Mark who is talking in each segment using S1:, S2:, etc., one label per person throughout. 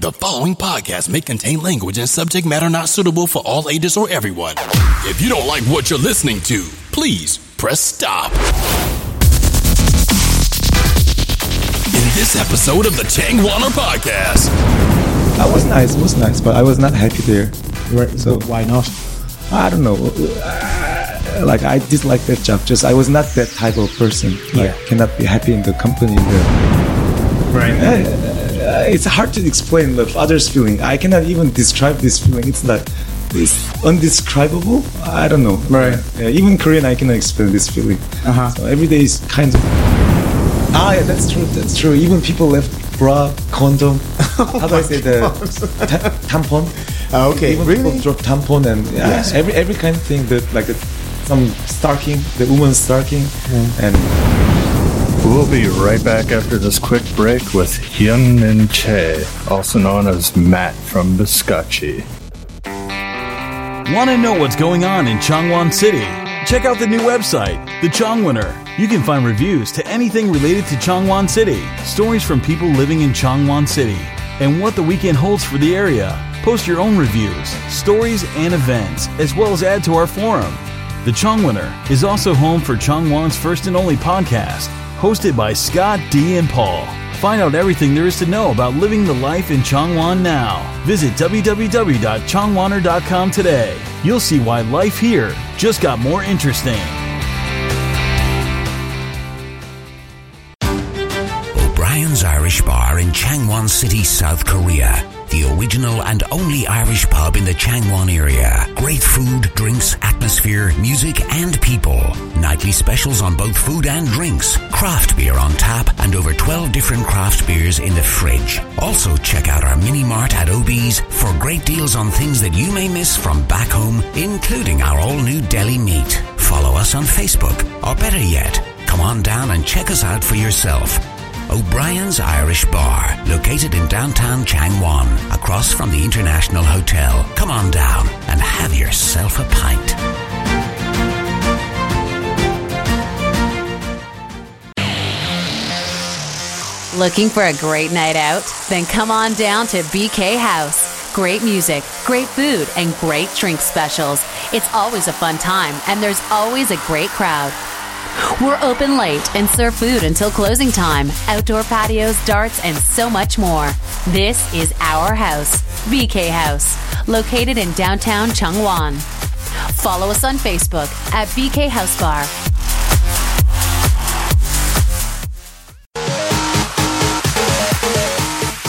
S1: The following podcast may contain language and subject matter not suitable for all ages or everyone. If you don't like what you're listening to, please press stop. In this episode of the Chang Warner Podcast,
S2: I was nice, it was nice, but I was not happy there.
S3: Right,
S2: So-
S3: so why not?
S2: I don't know. uh, Like I dislike that job. Just I was not that type of person. Like
S3: Yeah.
S2: cannot be happy in the company. In the,
S3: Right.
S2: uh, it's hard to explain the father's feeling. I cannot even describe this feeling. It's like it's undescribable. I don't know.
S3: Right.
S2: Yeah, even Korean, I cannot explain this feeling.
S3: Uh-huh.
S2: So every day is kind of. Ah, yeah, that's true. That's true. Even people left bra, condom. How do I say the ta- tampon?
S3: Oh Ah, okay,
S2: Even
S3: really?
S2: people drop tampon and yeah,
S3: Yes.
S2: every every kind of thing that like the, some stocking, the woman's stocking,
S3: Hmm.
S2: and
S4: We'll be right back after this quick break with Hyun Min Che, also known as Matt from Biscacci.
S5: Want to know what's going on in Changwon City? Check out the new website, The Changwonner. You can find reviews to anything related to Changwon City, stories from people living in Changwon City, and what the weekend holds for the area. Post your own reviews, stories, and events, as well as add to our forum. The Changwonner is also home for Changwon's first and only podcast, hosted by Scott D and Paul. Find out everything there is to know about living the life in Changwon now. Visit www.changwonner.com today. You'll see why life here just got more interesting.
S6: O'Brien's Irish Bar in Changwon City, South Korea. The original and only Irish pub in the Changwon area. Great food, drinks, atmosphere, music, and people. Nightly specials on both food and drinks. Craft beer on tap and over 12 different craft beers in the fridge. Also, check out our mini mart at OB's for great deals on things that you may miss from back home, including our all new deli meat. Follow us on Facebook, or better yet, come on down and check us out for yourself. O'Brien's Irish Bar, located in downtown Changwon, across from the International Hotel. Come on down and have yourself a pint.
S7: Looking for a great night out? Then come on down to BK House. Great music, great food, and great drink specials. It's always a fun time, and there's always a great crowd. We're open late and serve food until closing time, outdoor patios, darts, and so much more. This is our house, BK House, located in downtown Changwon. Follow us on Facebook at BK House Bar.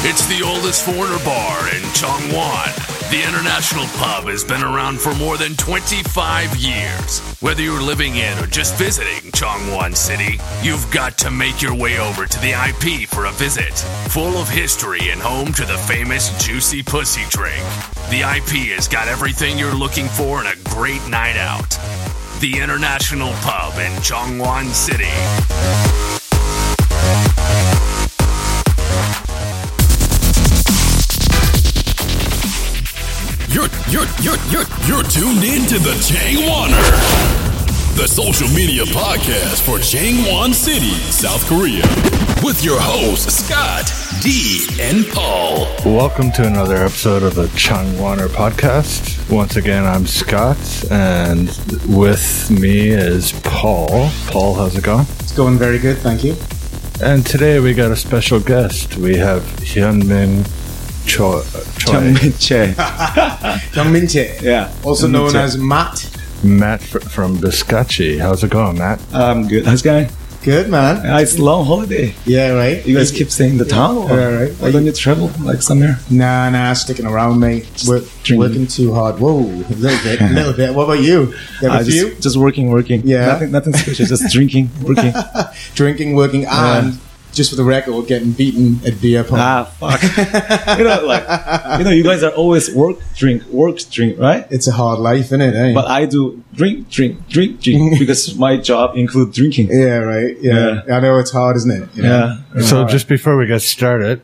S1: it's the oldest foreigner bar in Changwon. The International Pub has been around for more than 25 years. Whether you're living in or just visiting Changwon City, you've got to make your way over to the IP for a visit. Full of history and home to the famous Juicy Pussy drink. The IP has got everything you're looking for in a great night out. The International Pub in Changwon City. You're you're you're you're you're tuned in to the Chang Wanner, the social media podcast for Changwon City, South Korea, with your hosts Scott D and Paul.
S4: Welcome to another episode of the Changwaner podcast. Once again, I'm Scott, and with me is Paul. Paul, how's it going?
S3: It's going very good, thank you.
S4: And today we got a special guest. We have Hyun Min Cho- Choi,
S2: Changmin
S3: John Minche,
S2: Yeah,
S3: also known
S4: Minche.
S3: as Matt.
S4: Matt fr- from Biscacci. How's it going, Matt?
S2: I'm good. How's it going?
S3: Good man.
S2: Uh, it's long holiday.
S3: Yeah, right.
S2: You guys keep staying in the town, or,
S3: Yeah, right.
S2: or don't you travel like somewhere?
S3: Nah, nah, sticking around, mate. We're
S2: drinking.
S3: working too hard. Whoa, a little bit, a little bit. What about you? You have
S2: Uh,
S3: a few?
S2: just, just working, working.
S3: Yeah.
S2: nothing, nothing special. Just drinking, working.
S3: Drinking, working, and just for the record, getting beaten at beer pong.
S2: ah, fuck. you know, like you know, you guys are always work, drink, work, drink, right?
S3: It's a hard life, innit? Eh?
S2: But I do drink, drink, drink, drink because my job includes drinking.
S3: yeah, right. Yeah. I know it's hard, isn't it? You know?
S2: Yeah. Uh,
S4: So just before we get started,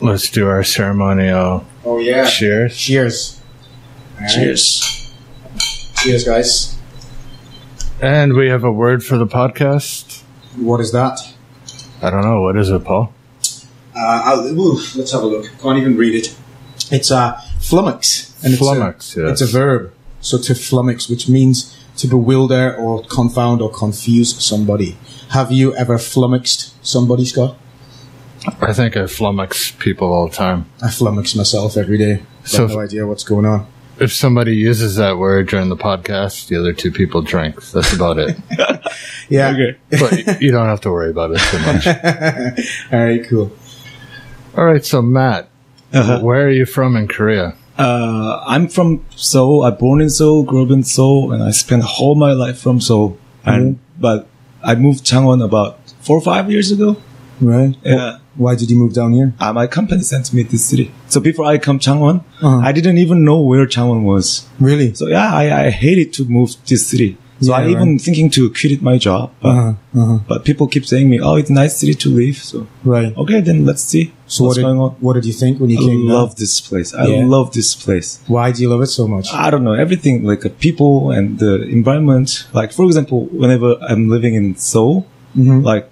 S4: let's do our ceremonial
S3: Oh yeah.
S4: cheers.
S3: Cheers.
S2: Cheers.
S3: Cheers, guys.
S4: And we have a word for the podcast.
S3: What is that?
S4: I don't know what is it, Paul.
S3: Uh, I'll, ooh, let's have a look. Can't even read it. It's uh, flummox. And it's
S4: Flummox,
S3: a, It's
S4: yes.
S3: a verb. So to flummox, which means to bewilder or confound or confuse somebody. Have you ever flummoxed somebody, Scott?
S4: I think I flummox people all the time.
S3: I flummox myself every day. I've
S4: So-
S3: no idea what's going on.
S4: If somebody uses that word during the podcast, the other two people drink. That's about it.
S3: Yeah.
S4: but you don't have to worry about it so much.
S3: All right, cool.
S4: All right, so Matt, where are you from in Korea?
S2: Uh, I'm from Seoul. I born in Seoul, grew up in Seoul, and I spent whole my life from Seoul. And
S3: Mm-hmm.
S2: but I moved Changwon about four or five years ago.
S3: Right.
S2: Yeah.
S3: Why did you move down here?
S2: Uh, my company sent me this city. So before I come Changwon,
S3: Uh-huh.
S2: I didn't even know where Changwon was.
S3: Really?
S2: So yeah, I, I hated to move this city. So
S3: Yeah,
S2: I even thinking to quit it my job. But,
S3: Uh-huh, uh-huh.
S2: but people keep saying me, oh, it's nice city to live. So
S3: Right.
S2: okay, then let's see
S3: So what
S2: what's
S3: did,
S2: going on.
S3: what did you think when you
S2: I
S3: came? down?
S2: love this place. I
S3: Yeah.
S2: love this place.
S3: Why do you love it so much?
S2: I don't know, everything like uh, people and the environment. Like, for example, whenever I'm living in Seoul,
S3: Mm-hmm.
S2: like,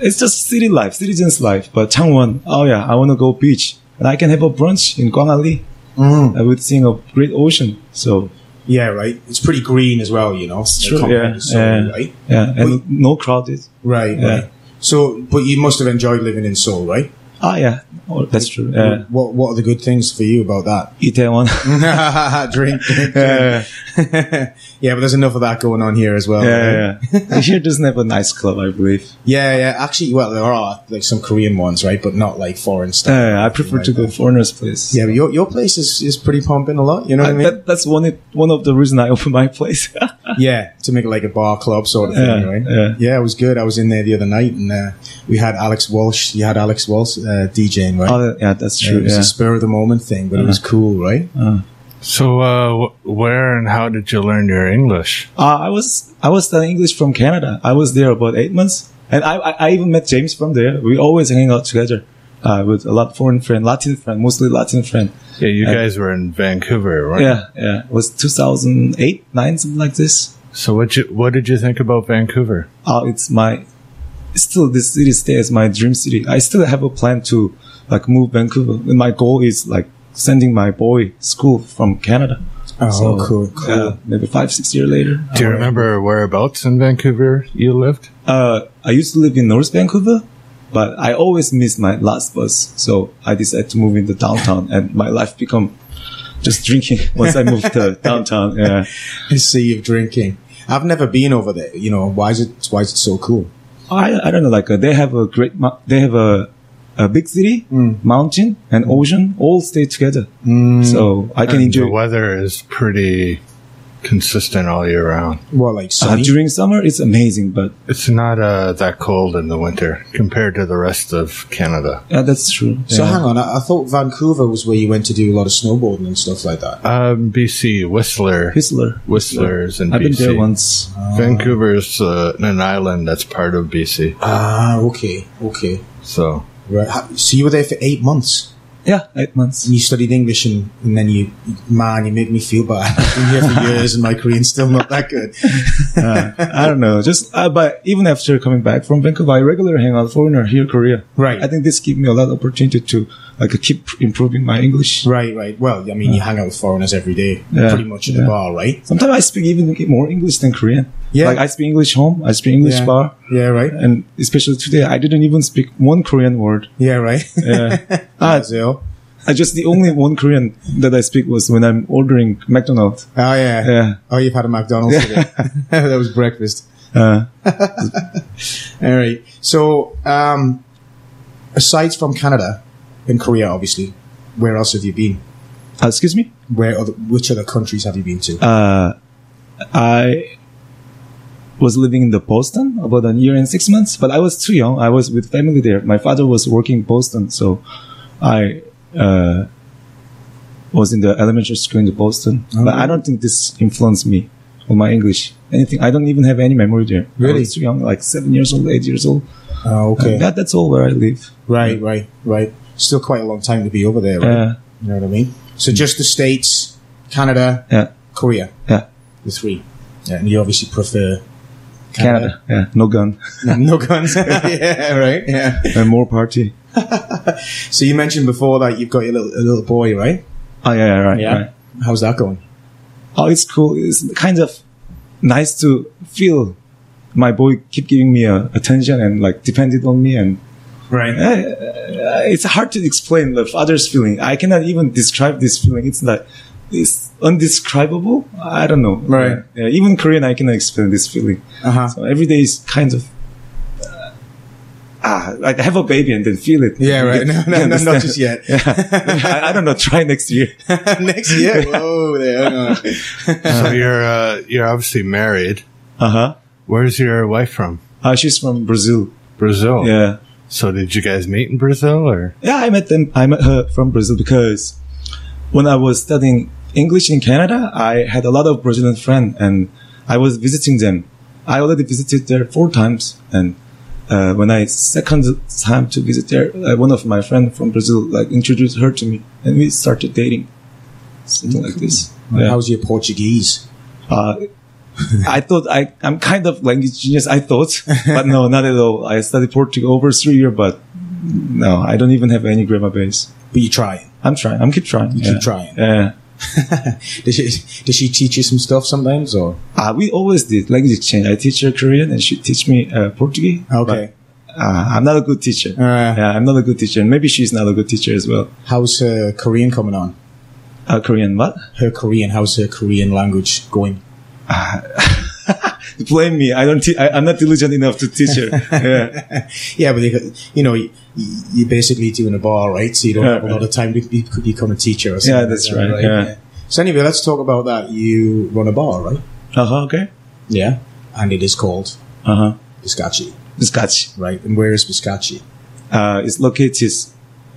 S2: it's just city life, citizens life. But Changwon, oh yeah, I want to go beach and I can have a brunch in Gwangali.
S3: Mm-hmm.
S2: I would seeing a great ocean. So,
S3: Yeah, right. It's pretty green as well, you know. It's
S2: true, yeah, yeah,
S3: right?
S2: yeah, and
S3: Wait.
S2: no crowded.
S3: Right,
S2: Yeah.
S3: right. So, but you must have enjoyed living in Seoul, right?
S2: Ah, yeah, oh, that's true. Mm-hmm. Yeah,
S3: What What are the good things for you about
S2: Itaewon.
S3: Mm-hmm. that? drink, drink, drink. yeah, but there's enough of that going on here as well. right?
S2: yeah, yeah, yeah. Here doesn't have a nice club, I believe.
S3: yeah, yeah. Actually, well, there are like some Korean ones, right? But not like foreign stuff.
S2: Uh, I prefer to go foreigner's place.
S3: yeah, but your your place is, is pretty pumping a lot. You know what
S2: I-
S3: I mean?
S2: that, that's one one of the reason I opened my place.
S3: Yeah, to make it like a bar club sort of thing,
S2: Yeah,
S3: right?
S2: yeah.
S3: it was good. I was in there the other night, and uh, we had Alex Walsh. You had Alex Walsh uh, DJing, right?
S2: oh, yeah, that's
S3: Yeah,
S2: true.
S3: It was
S2: yeah. Uh-huh.
S3: a spur of the moment thing, but it was cool, right?
S4: So, uh, wh- where and how did you learn your English?
S2: Uh, I was I was studying English from Canada. I was there about eight months, and I I, I even met James from there. We always hang out together uh, with a lot foreign friend, Latin friend, mostly Latin friend.
S4: Yeah, you guys were in Vancouver, right?
S2: Yeah, yeah. It was 2008, nine, something like this.
S4: So, what you what did you think about Vancouver?
S2: Uh, it's my still this city stays my dream city. I still have a plan to like move Vancouver. And my goal is like sending my boy school from Canada.
S3: Oh,
S2: So,
S3: cool, cool.
S2: yeah, maybe five, six years later.
S4: Do you remember whereabouts in Vancouver you lived?
S2: Uh, I used to live in North Vancouver, but I always miss my last bus. So I decided to move in the downtown and my life become just drinking once I moved to downtown. Yeah.
S3: A sea of drinking. I've never been over there. You know, why is it? Why is it so cool?
S2: I, I don't know, like uh, they have a great, mo- they have a, a big city,
S4: Mm.
S2: mountain and ocean all stay together. So I can
S4: And the
S2: enjoy.
S4: weather is pretty consistent all year round.
S3: Well, like
S2: Uh,
S3: sunny.
S2: during summer, it's amazing, but
S4: It's not uh, that cold in the winter compared to the rest of Canada.
S2: yeah, that's true.
S3: so
S2: Yeah.
S3: hang on, I, I thought Vancouver was where you went to do a lot of snowboarding and stuff like that.
S4: Um, BC, Whistler,
S2: Whistler.
S4: Whistler's in
S2: I've been
S4: BC.
S2: there once.
S4: Uh-huh. Vancouver's uh, an island that's part of BC.
S3: Ah, okay, okay.
S4: So
S3: Right. Ha- So you were there for eight months.
S2: Yeah, eight months.
S3: And you studied English, and, and then you, man, you make me feel bad. I've been here for years, and my Korean's still not that good.
S2: I don't know. Just uh, but even after coming back from Vancouver, I regular hang out foreigner here Korea.
S3: Right.
S2: I think this give me a lot of opportunity to like uh, keep improving my English.
S3: Right, right. Well, I mean, you hang out with foreigners every day,
S2: Yeah.
S3: pretty much at the
S2: Yeah.
S3: bar, right?
S2: Sometimes I speak even more English than Korean.
S3: Yeah.
S2: Like I speak English home, I speak English
S3: Yeah.
S2: bar,
S3: Yeah, right.
S2: and especially today I didn't even speak one Korean word.
S3: Yeah, right.
S2: Yeah.
S3: Ah, Zio.
S2: I just the only one Korean that I speak was when I'm ordering McDonald's.
S3: Oh yeah.
S2: Yeah.
S3: Oh, you've had a McDonald's today. that was breakfast.
S2: Uh,
S3: All right. So, um, aside from Canada and Korea, obviously, where else have you been?
S2: uh, excuse me.
S3: Where other, which other countries have you been to?
S2: uh, I was living in the Boston about a year and six months, but I was too young. I was with family there. My father was working in Boston, so I uh, was in the elementary school in the Boston. But I don't think this influenced me on my English. Anything. I don't even have any memory there. I
S3: Really?
S2: was too young, like seven years old, eight years old.
S3: oh, okay.
S2: That, that's all where I live.
S3: right, right, right. Still quite a long time to be over there. Right?
S2: Uh,
S3: you know what I mean? So just the states, Canada,
S2: yeah,
S3: Korea,
S2: yeah.
S3: the three. Yeah, and you obviously prefer
S2: Canada. Yeah, no gun
S3: no guns. yeah, right. Yeah.
S2: and more party.
S3: So you mentioned before that you've got your little, a little boy, right?
S2: Oh yeah, yeah right, right.
S3: How's that going?
S2: Oh, it's cool. It's kind of nice to feel my boy keep giving me uh, attention and like depended on me and
S3: Right.
S2: it's hard to explain the father's feeling. I cannot even describe this feeling. It's not, it's undescribable. I don't know.
S3: Right.
S2: Yeah, even Korean, I cannot explain this feeling.
S3: Uh-huh.
S2: So every day is kind of, uh, ah, like have a baby and then feel it.
S3: Yeah, right. No, no,
S2: You
S3: no, not
S2: understand?
S3: just yet.
S2: Yeah. I, I don't know. Try next year.
S3: Next year. Whoa there. hang on.
S4: so you're uh, you're obviously married.
S2: Uh huh.
S4: Where's your wife from?
S2: Uh, she's from Brazil.
S4: Brazil.
S2: Yeah.
S4: So did you guys meet in Brazil or?
S2: Yeah, I met them. I met her from Brazil because when I was studying English in Canada, I had a lot of Brazilian friends and I was visiting them. I already visited there four times, and uh, when I second time to visit there, uh, one of my friends from Brazil like introduced her to me, and we started dating, something like this. Yeah.
S3: How's your Portuguese?
S2: Uh, I thought I, I'm kind of language genius. I thought, but no, not at all. I studied Portuguese over three years, but no, I don't even have any grammar base.
S3: But you try.
S2: I'm trying. I'm keep trying.
S3: You
S2: yeah.
S3: keep trying.
S2: Yeah.
S3: Does she, does she teach you some stuff sometimes or?
S2: Ah, we always did language exchange. I teach her Korean and she teach me uh, Portuguese.
S3: Okay.
S2: But, ah, I'm not a good teacher.
S3: Uh.
S2: yeah, I'm not a good teacher. And maybe she's not a good teacher as well.
S3: How's her Korean coming on?
S2: Uh, Korean what?
S3: Her Korean, how's her Korean language going?
S2: Blame me. I don't. Te- I, I'm not diligent enough to teach her. yeah.
S3: Yeah, but they, you know, you, you're basically doing a bar, right? So you don't
S2: Yeah,
S3: have a lot of time to be, could become a teacher or something.
S2: Yeah, that's
S3: like that,
S2: right, yeah.
S3: So anyway, let's talk about that. You run a bar, right?
S2: Uh huh. Okay.
S3: Yeah. And it is called
S2: Uh huh.
S3: Biscacci,
S2: Biscacci.
S3: right? And where is Biscacci?
S2: Uh, it's located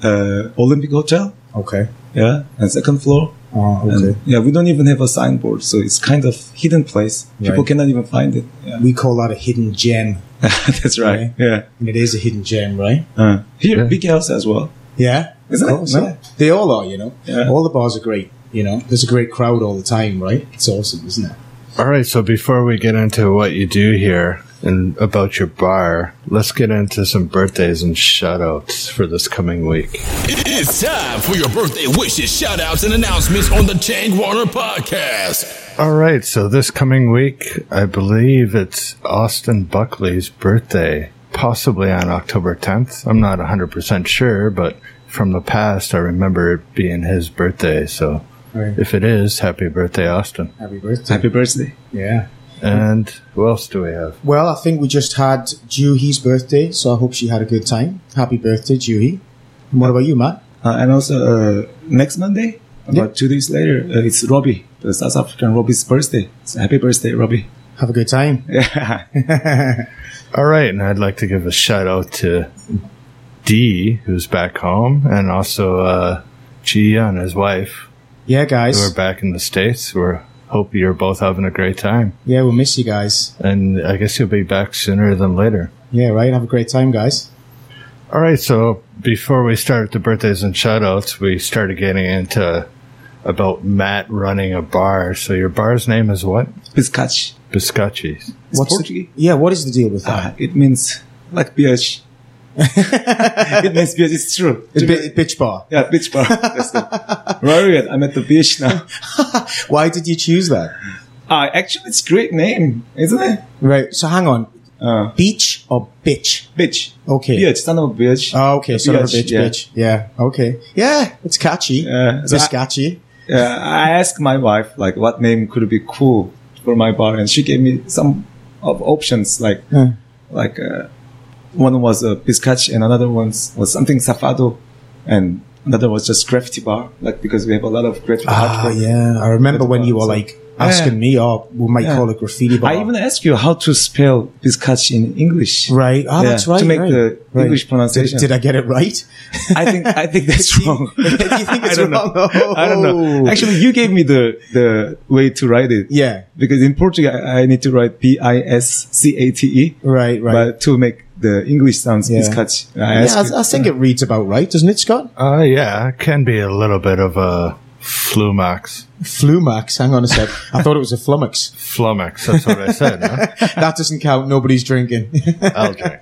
S2: uh, Olympic Hotel.
S3: Okay.
S2: Yeah, and second floor.
S3: Oh,
S2: And,
S3: okay.
S2: Yeah, we don't even have a signboard, so it's kind of hidden place. People
S3: Right.
S2: cannot even find it. Yeah.
S3: we call that a hidden gem.
S2: That's right. Yeah.
S3: And it is a hidden gem, right?
S2: Uh, here, big house as well.
S3: Yeah.
S2: Isn't
S3: of
S2: it?
S3: course,
S2: No?
S3: yeah. They all are, you know.
S2: Yeah.
S3: All the bars are great, you know. There's a great crowd all the time, right? It's awesome, isn't it?
S4: All right. So before we get into what you do here and about your bar, let's get into some birthdays and shoutouts for this coming week.
S1: It's time for your birthday wishes, shout outs, and announcements on the Chang Warner Podcast.
S4: All right, so this coming week, I believe it's Austin Buckley's birthday, possibly on October 10th. I'm not 100% sure, but from the past, I remember it being his birthday. So
S3: Right.
S4: if it is, happy birthday, Austin.
S3: Happy birthday.
S2: Happy birthday.
S3: Yeah.
S4: And who else do we have?
S3: Well, I think we just had Juhi's birthday, so I hope she had a good time. Happy birthday, Juhi. And what about you, Matt?
S2: Uh, and also, uh, next Monday, about two days later, uh, it's Robbie, the South African Robbie's birthday. So happy birthday, Robbie.
S3: Have a good time.
S2: Yeah.
S4: All right, and I'd like to give a shout out to Dee, who's back home, and also uh, Gia and his wife,
S3: Yeah,
S4: who are
S3: guys.
S4: back in the States. We are hope you're both having a great time.
S3: Yeah, we'll miss you guys.
S4: And I guess you'll be back sooner than later.
S3: Yeah, right. Have a great time, guys.
S4: All right, so before we start the birthdays and shoutouts, we started getting into about Matt running a bar. So your bar's name is what?
S2: Biscacci.
S4: Biscacci's.
S2: It's
S3: What's the-
S2: Portuguese.
S3: Yeah, what is the deal with that?
S2: Uh, it means like bitch. it means bitch. It's true.
S3: It's bi- bitch bar.
S2: yeah, bitch bar. That's it. Very good. I'm at the beach now.
S3: Why did you choose that?
S2: Uh, actually, it's great name, isn't it?
S3: Right. So hang on.
S2: Uh,
S3: Beach or bitch?
S2: bitch.
S3: Okay.
S2: Bitch. Son of a bitch.
S3: Oh, okay. Son of a
S2: Biatch,
S3: bitch,
S2: yeah.
S3: bitch. Yeah. Okay. Yeah. It's catchy.
S2: Yeah.
S3: It's catchy.
S2: Yeah, I asked my wife like what name could be cool for my bar, and she gave me some of options like
S3: Yeah.
S2: like uh, one was a biscotch and another one was something safado, and another was just graffiti bar, like because we have a lot of graffiti
S3: Ah,
S2: artwork.
S3: yeah. I remember when you were
S2: Yeah.
S3: like asking me, oh, we might
S2: Yeah.
S3: call it graffiti bar.
S2: I even asked you how to spell biscotch in English.
S3: Right. Oh,
S2: Yeah,
S3: that's right.
S2: to make
S3: right.
S2: the
S3: Right.
S2: English pronunciation.
S3: Did, did I get it right?
S2: I think I think that's wrong.
S3: you think it's
S2: I don't
S3: wrong?
S2: Know. I don't know. Oh. Actually, you gave me the the way to write it.
S3: Yeah.
S2: because in Portuguese I I need to write B I S C A T E,
S3: Right, right.
S2: but to make the English sounds
S3: Yeah.
S2: biscotch. I
S3: yeah,
S2: ask
S3: I, I think it reads about right, doesn't it, Scott?
S4: Uh, yeah, it can be a little bit of a Flumax.
S3: Flumax. Hang on a sec. I thought it was a flummox.
S4: Flummox. That's what I said. huh?
S3: That doesn't count. Nobody's drinking.
S4: I'll drink.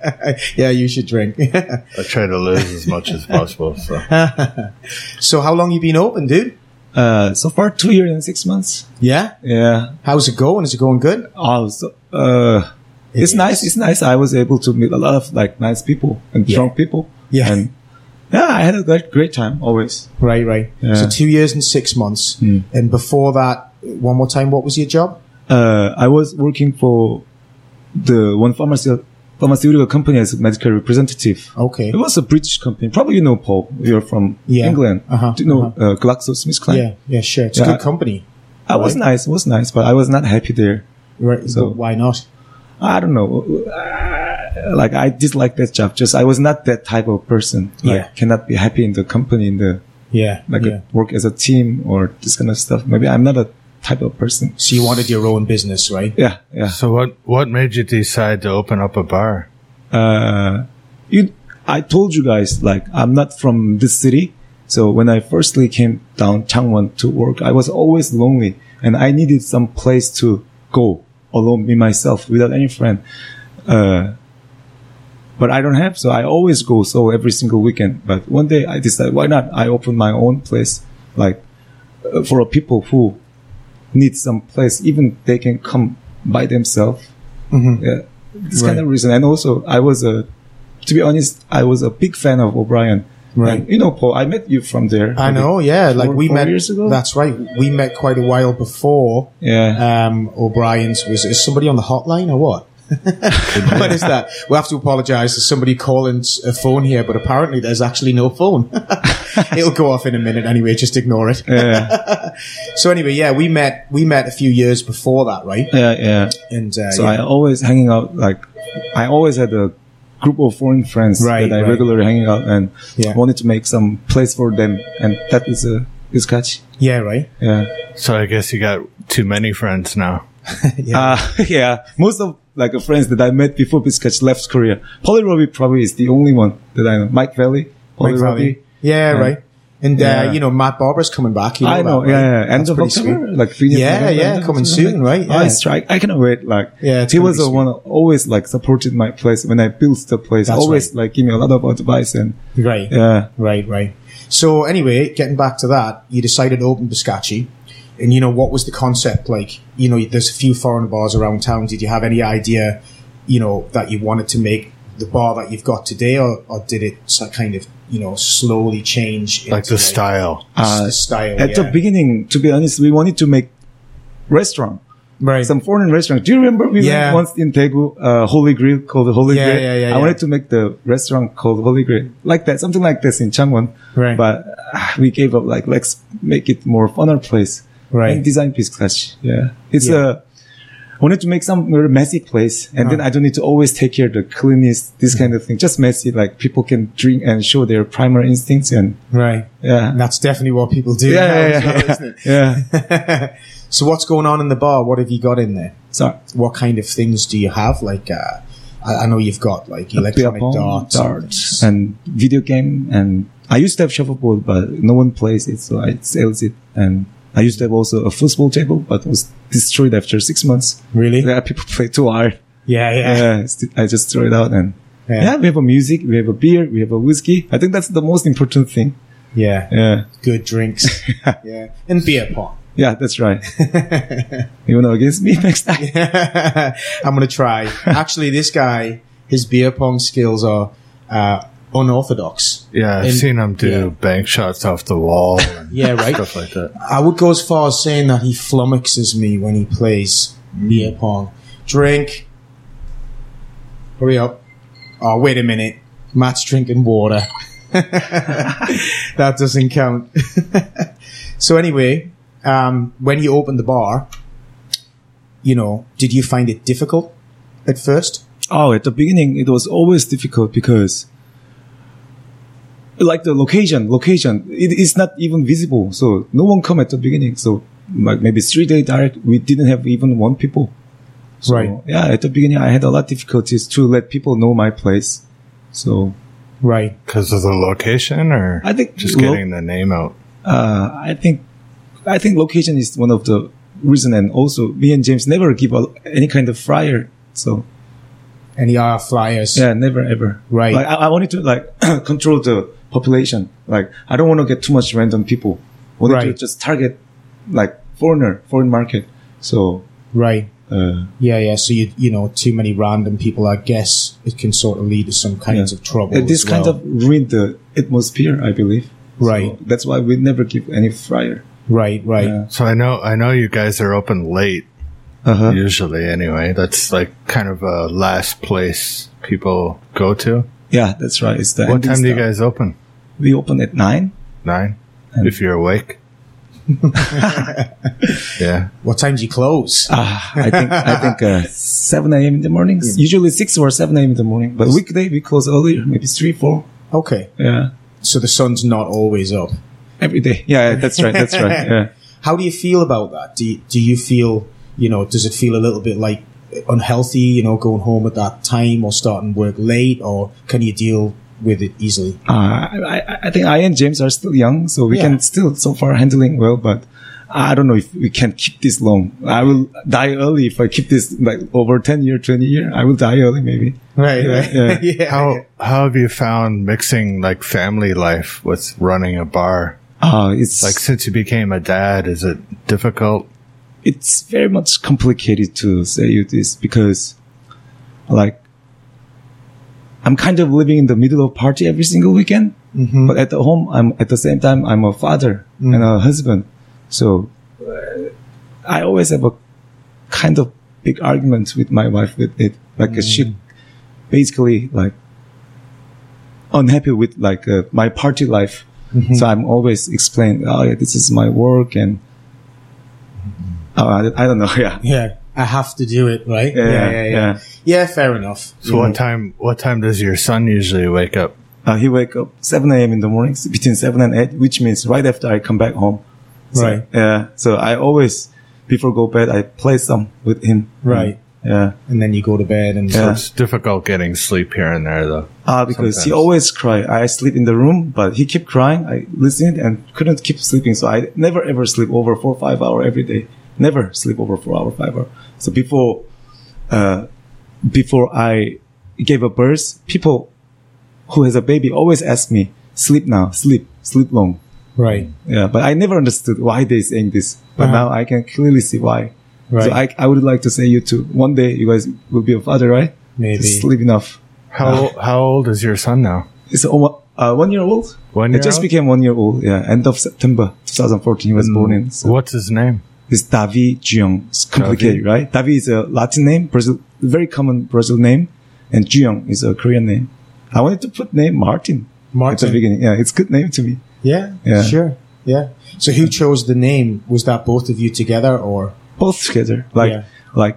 S3: yeah, you should drink.
S4: I try to lose as much as possible. So
S3: so, how long you been open, dude?
S2: Uh, so far, two years and six months.
S3: Yeah.
S2: Yeah.
S3: How's it going? Is it going good?
S2: Oh, so, uh, it's nice. It's nice. I was able to meet a lot of like nice people and strong people.
S3: Yeah.
S2: And yeah, I had a great, great time always.
S3: Right, right.
S2: Yeah.
S3: So two years and six months, and before that, one more time. What was your job?
S2: Uh, I was working for the one pharmacy, pharmaceutical company as medical representative.
S3: Okay.
S2: It was a British company. Probably you know, Paul. You're from
S3: Yeah.
S2: England.
S3: Uh-huh,
S2: Do you know uh GlaxoSmithKline?
S3: Yeah, yeah, sure. It's
S2: Yeah.
S3: a good company,
S2: I was nice. It was nice, but I was not happy there.
S3: right?
S2: So-
S3: but why not?
S2: I don't know. uh, Like I dislike that job. Just I was not that type of person. Like
S3: Yeah.
S2: cannot be happy in the company in the
S3: Yeah,
S2: like
S3: yeah.
S2: work as a team or this kind of stuff. Maybe I'm not a type of person.
S3: So you wanted your own business, right?
S2: Yeah, yeah.
S4: so what? What made you decide to open up a bar?
S2: Uh, you, I told you guys like I'm not from this city. So when I firstly came down Changwon to work, I was always lonely and I needed some place to go alone, me myself, without any friend. Uh, but I don't have, so I always go so every single weekend. But one day I decided, why not? I open my own place, like uh, for people who need some place, even they can come by themselves.
S3: Mm-hmm.
S2: Yeah, this kind of reason. And also, I was a, to be honest, I was a big fan of O'Brien.
S3: Right.
S2: And, you know, Paul, I met you from there.
S3: I know. Yeah, like
S2: four-
S3: we
S2: four
S3: met
S2: years ago?
S3: That's right. We met quite a while before.
S2: Yeah.
S3: Um, O'Brien's was is somebody on the hotline or what? what is that? We have to apologise. There's somebody calling s- a phone here, but apparently there's actually no phone. It'll go off in a minute anyway. Just ignore it.
S2: yeah,
S3: So anyway, yeah, we met. We met a few years before that, right?
S2: yeah, yeah.
S3: And uh,
S2: So
S3: yeah.
S2: I always hanging out, like, I always had a group of foreign friends
S3: Right,
S2: that I
S3: right.
S2: regularly hanging out and
S3: Yeah.
S2: wanted to make some place for them. And that is a, is catch.
S3: yeah, right.
S2: Yeah.
S4: So I guess you got too many friends now.
S2: Uh, yeah. Most of like the friends that I met before Biscatch left Korea. Polly Robbie probably is the only one that I know. Mike Valley, Polly
S3: Mike Valley.
S2: Robbie.
S3: Yeah, right. And
S2: Yeah.
S3: uh, you know, Matt Barber's coming back. You know
S2: I know,
S3: that, right?
S2: yeah, yeah. End
S3: That's
S2: of
S3: pretty
S2: October,
S3: sweet.
S2: like beginning of
S3: Yeah,
S2: November,
S3: yeah,
S2: end of
S3: coming
S2: October.
S3: soon, right?
S2: Oh,
S3: Yeah.
S2: it's right. I cannot wait. Like,
S3: Yeah, it's
S2: he
S3: gonna
S2: was
S3: be
S2: the
S3: sweet.
S2: one always like supported my place when I built the place.
S3: That's
S2: always
S3: right.
S2: like give me a lot of advice and
S3: Right.
S2: yeah,
S3: Right, right. So anyway, getting back to that, you decided to open Biscacci. And you know, what was the concept like? You know, there's a few foreign bars around town. Did you have any idea, you know, that you wanted to make the bar that you've got today or, or did it so- kind of, you know, slowly change?
S4: Like
S3: into,
S4: the style.
S3: s- the style.
S2: At the
S3: yeah.
S2: beginning, to be honest, we wanted to make restaurant,
S3: Right.
S2: some foreign restaurant. Do you remember we
S3: Yeah.
S2: went once in Daegu, uh, Holy Grail called the Holy
S3: Yeah,
S2: Grail?
S3: yeah, yeah,
S2: I
S3: yeah.
S2: wanted to make the restaurant called Holy Grail, like that, something like this in Changwon.
S3: Right.
S2: But ah, we gave up. Like, let's make it more funner place.
S3: Right.
S2: And design piece clash. Yeah. It's
S3: Yeah.
S2: a. I wanted to make some very messy place, and
S3: Uh-huh.
S2: then I don't need to always take care of the cleanliness, this kind of thing. Just messy, like people can drink and show their primal instincts, and
S3: right.
S2: yeah,
S3: And that's definitely what people do. now
S2: yeah,
S3: as
S2: yeah,
S3: well,
S2: yeah,
S3: isn't it?
S2: yeah.
S3: So what's going on in the bar? What have you got in there?
S2: Sorry.
S3: What kind of things do you have? Like, uh, I, I know you've got like
S2: beer
S3: electronic
S2: pong,
S3: darts,
S2: darts, and video game. And I used to have shuffleboard, but no one plays it, so I sells it. And I used to have also a football table, but was destroyed after six months.
S3: Really?
S2: There are people play too hard.
S3: Yeah, yeah.
S2: Yeah, st- I just throw it out and.
S3: Yeah.
S2: Yeah. we have a music, we have a beer, we have a whiskey. I think that's the most important thing.
S3: Yeah,
S2: Yeah,
S3: good drinks. yeah, and beer pong.
S2: yeah, that's right. you want to against me next time?
S3: I'm gonna try. Actually, this guy, his beer pong skills are uh, unorthodox.
S4: Yeah, I've
S3: And-
S4: seen him do
S3: yeah.
S4: bank shots off the wall. And
S3: Yeah, right.
S4: Stuff like that.
S3: I would go as far as saying that he flummoxes me when he plays beer pong. Drink. Hurry up. Oh, wait a minute. Matt's drinking water. that doesn't count. so anyway, um, when you opened the bar, you know, did you find it difficult at first?
S2: Oh, at the beginning, it was always difficult because, like the location, location, it is not even visible. So no one come at the beginning. So like maybe three day direct, we didn't have even one people. So,
S3: Right.
S2: Yeah, at the beginning, I had a lot of difficulties to let people know my place. So
S3: Right.
S4: Because of the location or
S2: I think
S4: just
S2: lo-
S4: getting the name out?
S2: uh, I think I think location is one of the reason, and also me and James never give out any kind of flyer. So
S3: Any IR flyers?
S2: yeah, never ever.
S3: Right.
S2: Like I, I wanted to like control the population. Like I don't want to get too much random people. I wanted to
S3: Right.
S2: just target like foreigner, foreign market. So
S3: Right.
S2: uh,
S3: Yeah, yeah. So you you know, too many random people. I guess it can sort of lead to some kinds of trouble.
S2: And this
S3: as
S2: kind
S3: well.
S2: of ruined the atmosphere, I believe.
S3: Right.
S2: So that's why we never give any flyer.
S3: right, right.
S2: Yeah.
S4: So I know I know you guys are open late
S2: Uh-huh.
S4: usually. Anyway, that's like kind of a last place people go to.
S2: Yeah, that's right. It's the
S4: what
S2: ending
S4: time do you
S2: stuff.
S4: guys open?
S2: We open at nine.
S4: Nine. if you're awake. yeah.
S3: What time do you close?
S2: Ah, I think I think uh, seven a.m. in the morning. Usually six or seven a.m. in the morning, but weekday we close earlier, maybe three, four.
S3: okay.
S2: Yeah,
S3: So the sun's not always up.
S2: every day. Yeah, yeah, that's right. That's right. Yeah.
S3: How do you feel about that? Do you, do you feel, you know, does it feel a little bit like unhealthy, you know, going home at that time or starting work late or can you deal with it easily?
S2: Uh, I, I- I think I and James are still young, so we
S3: Yeah.
S2: can still so far handling well, but I don't know if we can keep this long. I will die early if I keep this like over 10 year, 20 year. I will die early maybe.
S3: Right, right.
S2: Yeah.
S4: How how have you found mixing like family life with running a bar?
S2: Uh, it's
S4: Like since you became a dad, is it difficult?
S2: it's very much complicated to say you this because like I'm kind of living in the middle of party every single weekend, but at the home I'm at the same time I'm a father and a husband, so uh, I always have a kind of big argument with my wife with it. Like uh, she basically like unhappy with like uh, my party life, so I'm always explaining, oh yeah, this is my work and oh, I, I don't know, yeah.
S3: Yeah. I have to do it, right?
S2: Yeah,
S3: yeah.
S2: yeah.
S3: Yeah, fair enough.
S4: So
S2: Mm-hmm.
S4: what time what time does your son usually wake up?
S2: Uh, he wake up 7 a.m. in the morning, s- between 7 and 8, which means right after I come back home. So,
S3: Right.
S2: Yeah. So I always, before go bed, I play some with him. Mm,
S3: Right.
S2: Yeah.
S3: And then you go to bed and
S2: Yeah.
S4: It's difficult getting sleep here and there though.
S2: Ah, because he
S4: Sometimes.
S2: always cry. I sleep in the room, but he kept crying. I listened and couldn't keep sleeping. So I never ever sleep over four five hour every day. Never sleep over four hour five hour. So before, uh, before I gave a birth, people who has a baby always ask me, "Sleep now, sleep, sleep long."
S3: right.
S2: Yeah, but I never understood why they saying this. But
S3: Uh-huh.
S2: now I can clearly see why.
S3: Right.
S2: So I, I would like to say you too. One day you guys will be a father, right?
S3: Maybe.
S2: Just sleep enough.
S4: How how old is your son now?
S2: It's almost, uh, one year old.
S4: One
S2: It
S4: year
S2: just
S4: old?
S2: became one year old. Yeah, end of September 2014. He was born in. So
S4: What's his name?
S2: it's Davi Jung. It's complicated, right? Davi is a Latin name, Brazil, very common Brazil name, and Jung is a Korean name. I wanted to put name Martin. At
S3: Martin.
S2: the beginning, yeah, it's good name to me.
S3: Yeah,
S2: Yeah.
S3: sure. Yeah. So who chose the name? Was that both of you together or?
S2: Both together, like
S3: Yeah.
S2: like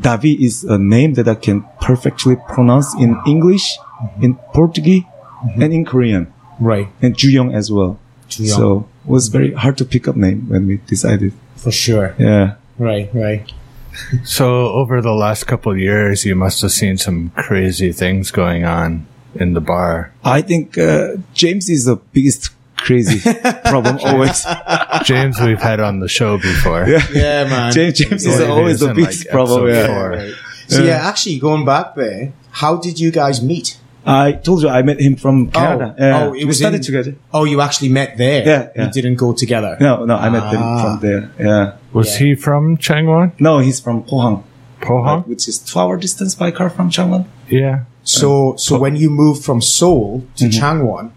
S2: Davi is a name that I can perfectly pronounce in English,
S3: Mm-hmm.
S2: in Portuguese, and in Korean,
S3: Right.
S2: and Juyong as well.
S3: Mm-hmm. Juyong.
S2: So it was very hard to pick up name when we decided.
S3: For sure.
S2: Yeah.
S3: Right, right.
S4: So over the last couple of years, you must have seen some crazy things going on in the bar.
S2: I think uh, James is the biggest crazy problem always.
S4: James, we've had on the show before.
S3: Yeah, man.
S2: James, James is
S4: Yeah.
S2: always the
S4: Like
S2: biggest problem.
S4: episode
S2: Yeah.
S4: four.
S3: Right. So yeah, actually going back there, how did you guys meet?
S2: I told you I met him from Canada.
S3: Oh,
S2: Yeah.
S3: oh, it
S2: we
S3: was
S2: studied
S3: in-
S2: together.
S3: Oh, you actually met there.
S2: Yeah, yeah.
S3: You didn't go together.
S2: No, no, I met him
S3: Ah.
S2: from there. Yeah.
S4: Was he from Changwon?
S2: No, he's from Pohang,
S4: Pohang?
S2: which is two hour distance by car from Changwon.
S4: Yeah.
S3: So so
S2: Oh.
S3: when you moved from Seoul to Changwon,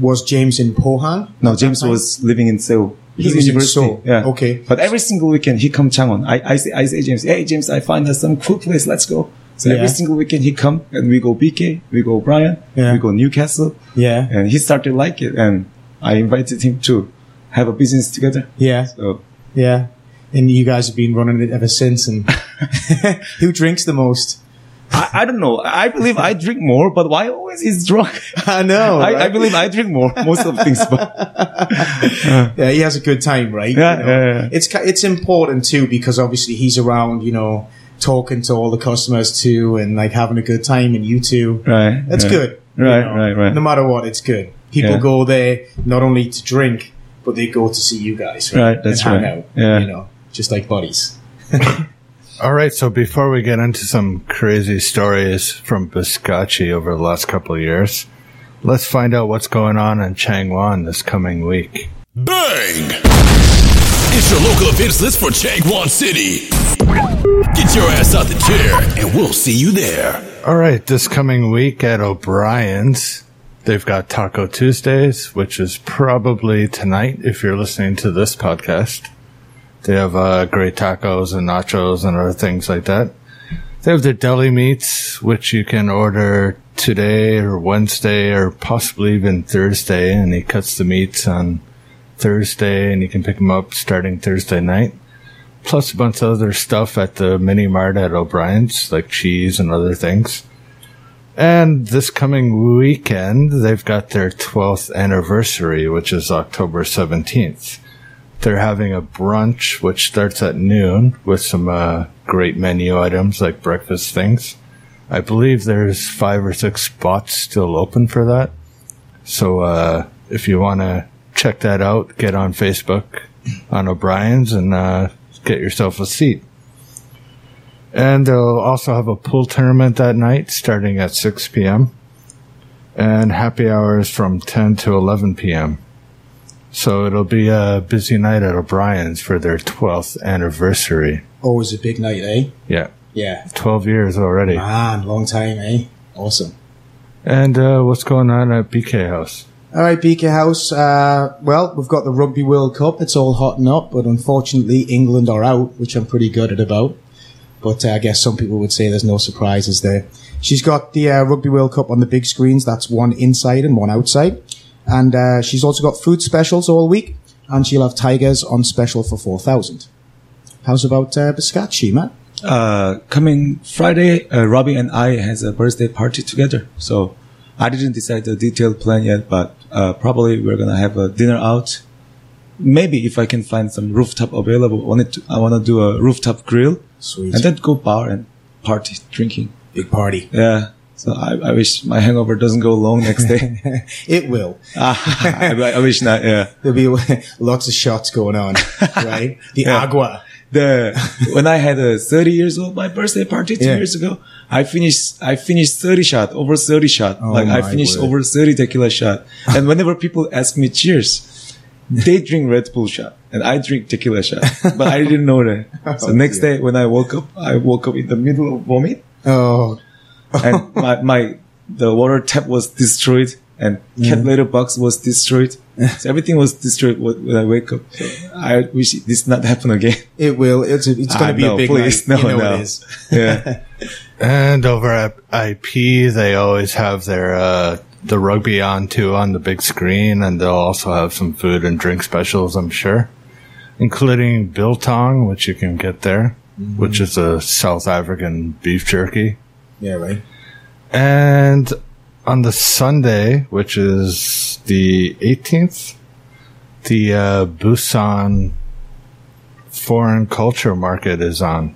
S3: was James in Pohang?
S2: Mm-hmm. No, James was living in Seoul.
S3: He
S2: He's
S3: was in
S2: university.
S3: Seoul.
S2: Yeah.
S3: Okay.
S2: But every single weekend he come Changwon. I, I say I say James, hey James, I find us some cool place. Let's go. So
S3: Yeah.
S2: every single weekend he come and we go BK, we go Brian,
S3: Yeah.
S2: we go Newcastle.
S3: Yeah.
S2: and he started like it and i invited him to have a business together
S3: Yeah.
S2: so
S3: Yeah. And you guys have been running it ever since and who drinks the most?
S2: I, I don't know i believe i drink more but why always he's drunk
S3: I know.
S2: I, I
S3: right?
S2: believe i drink more most of things but
S3: yeah, he has a good time, right?
S2: Yeah, yeah, yeah.
S3: It's ki- it's important too because obviously he's around, you know, talking to all the customers too, and like having a good time, and you too.
S2: right
S3: That's
S2: right.
S3: good. you
S2: Right,
S3: know.
S2: right, right.
S3: No matter what, it's good. People
S2: Yeah.
S3: go there not only to drink, but they go to see you guys,
S2: Right, that's
S3: and hang
S2: right.
S3: Out,
S2: Yeah.
S3: you know, just like buddies.
S4: All right, so before we get into some crazy stories from Biscacci over the last couple of years, let's find out what's going on in Changwon this coming week.
S1: Bang! It's your local events list for Changwon City. Get your ass out the chair, and we'll see you there.
S4: All right, this coming week at O'Brien's, they've got Taco Tuesdays, which is probably tonight if you're listening to this podcast. They have uh, great tacos and nachos and other things like that. They have their deli meats, which you can order today or Wednesday or possibly even Thursday. And he cuts the meats on Thursday and you can pick them up starting Thursday night plus a bunch of other stuff at the mini mart at O'Brien's, like cheese and other things. And this coming weekend, they've got their 12th anniversary, which is October 17th. They're having a brunch, which starts at noon with some uh, great menu items like breakfast things. I believe there's five or six spots still open for that. So uh, if you want to check that out, get on Facebook on O'Brien's and uh, get yourself a seat. And they'll also have a pool tournament that night starting at 6 p.m. and happy hours from 10 to 11 p.m. So it'll be a busy night at O'Brien's for their 12th anniversary.
S3: Always a big night, eh?
S4: Yeah,
S3: Yeah,
S4: 12 years already.
S3: man, long time, eh? Awesome.
S4: And uh, what's going on at BK House?
S3: All right, BK House. Uh, well, we've got the Rugby World Cup. It's all hot and up, but unfortunately, England are out, which I'm pretty gutted about. But uh, I guess some people would say there's no surprises there. She's got the uh, Rugby World Cup on the big screens. That's one inside and one outside. And uh, she's also got food specials all week, and she'll have Tigers on special for 4,000. How's about uh, Biscacci, Matt?
S2: uh, coming Friday, uh, Robbie and I has a birthday party together. So I didn't decide the detailed plan yet, but uh, probably we're gonna have a dinner out. Maybe if I can find some rooftop available, wanted to, I wanna do a rooftop grill
S3: Sweet.
S2: and then go bar and party drinking.
S3: big party.
S2: Yeah. So I, I wish my hangover doesn't go long next day.
S3: It will.
S2: I, I wish not. Yeah.
S3: There'll be lots of shots going on, right? The
S2: Yeah.
S3: agua.
S2: the when I had a 30 years old my birthday party two
S3: Yeah.
S2: years ago, I finished I finished 30 shot over 30 shot. like
S3: Oh my
S2: I finished
S3: word.
S2: over 30 tequila shot. And whenever people ask me cheers, they drink Red Bull shot and I drink tequila shot. But I didn't know that. So
S3: Oh,
S2: next
S3: dear.
S2: day when I woke up, I woke up in the middle of vomit
S3: Oh,
S2: and my, my the water tap was destroyed and
S3: Mm.
S2: cat litter box was destroyed. So everything was destroyed when when I wake up. So I wish this not happen again.
S3: It will. It's a, it's going to
S2: Ah,
S3: be
S2: no,
S3: a big
S2: please.
S3: night.
S2: No,
S3: you know
S2: no.
S3: it is.
S2: Yeah.
S4: And over at IP, they always have their uh, the rugby on too on the big screen, and they'll also have some food and drink specials, I'm sure, including biltong, which you can get there, which is a South African beef jerky.
S3: Yeah, right.
S4: And on the Sunday, which is the 18th, the uh, Busan Foreign Culture Market is on.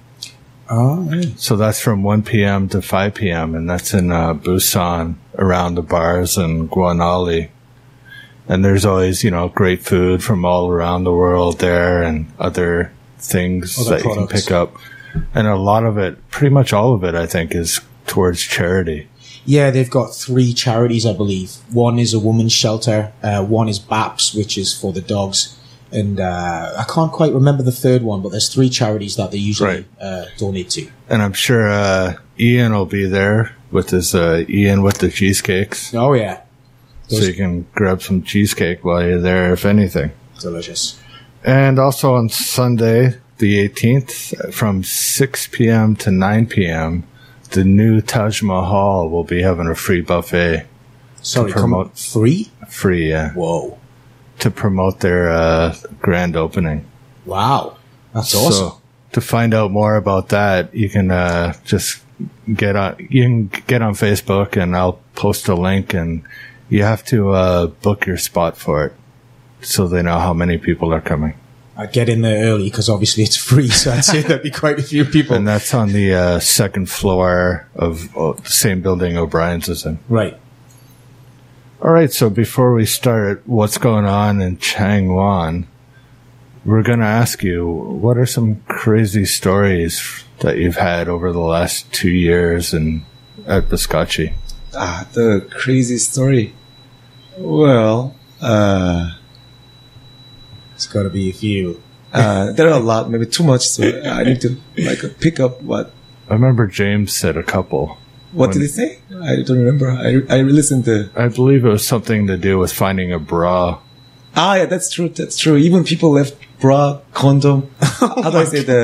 S3: Oh, yeah.
S4: So that's from 1 p.m. to 5 p.m. and that's in uh, Busan around the bars and Guanali. And there's always, you know, great food from all around the world there and other things
S3: Other
S4: that you can
S3: products.
S4: pick up. And a lot of it, pretty much all of it, I think, is towards charity.
S3: Yeah, they've got three charities, I believe. One is a woman's shelter. Uh, one is BAPS, which is for the dogs. And uh, I can't quite remember the third one, but there's three charities that they usually
S4: Right.
S3: uh, donate to.
S4: And I'm sure uh, Ian will be there with his uh, Ian with the cheesecakes.
S3: Oh, yeah.
S4: So you can grab some cheesecake while you're there, if anything.
S3: Delicious.
S4: And also on Sunday, the 18th, from 6 p.m. to 9 p.m., the new Taj Mahal will be having a free buffet,
S3: Sorry,
S4: To
S3: come
S4: promote-
S3: Three?
S4: free yeah,
S3: Whoa.
S4: to promote their uh, grand opening.
S3: Wow. That's awesome.
S4: So to find out more about that, you can uh, just get on. You can get on Facebook, and I'll post a link. And you have to uh, book your spot for it, so they know how many people are coming.
S3: I'd get in there early because obviously it's free, so I'd say there'd be quite a few people.
S4: And that's on the uh, second floor of uh, the same building O'Brien's is in.
S3: right.
S4: All right, so before we start, what's going on in Changwon? We're going to ask you what are some crazy stories that you've had over the last two years and at Biscacci?
S8: Ah, the crazy story. Well, uh,
S3: It's got to be a few.
S8: uh, there are a lot, maybe too much, so I need to like pick up what
S4: I remember James said a couple.
S8: what did he say? I don't remember. I I listened to.
S4: I believe it was something to do with finding a bra.
S2: Ah, yeah, that's true. That's true. Even people left bra, condom. How do I say the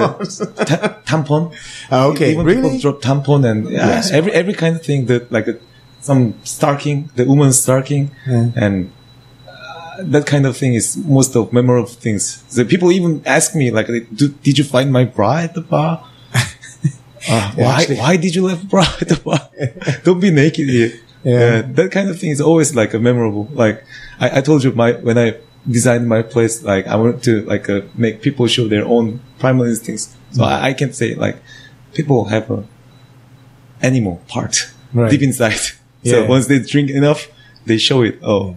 S2: ta- tampon?
S3: Oh Ah, okay,
S2: Even
S3: really?
S2: people drop tampon and yeah,
S8: Yes.
S2: every every kind of thing that like uh, some stocking, the woman's stocking, and uh, that kind of thing is most of memorable things. The people even ask me like, "Do- "Did you find my bra at the bar?" Uh, why?
S3: actually-
S2: Why did you left bra at the bar? Don't be naked here.
S3: Yeah.
S2: Yeah, that kind of thing is always like a memorable. Like I, I told you, my when I designed my place, like I wanted to like uh, make people show their own primal instincts. So
S3: Mm.
S2: I, I can say like people have a animal part
S3: Right.
S2: deep inside.
S3: Yeah.
S2: So once they drink enough, they show it. Oh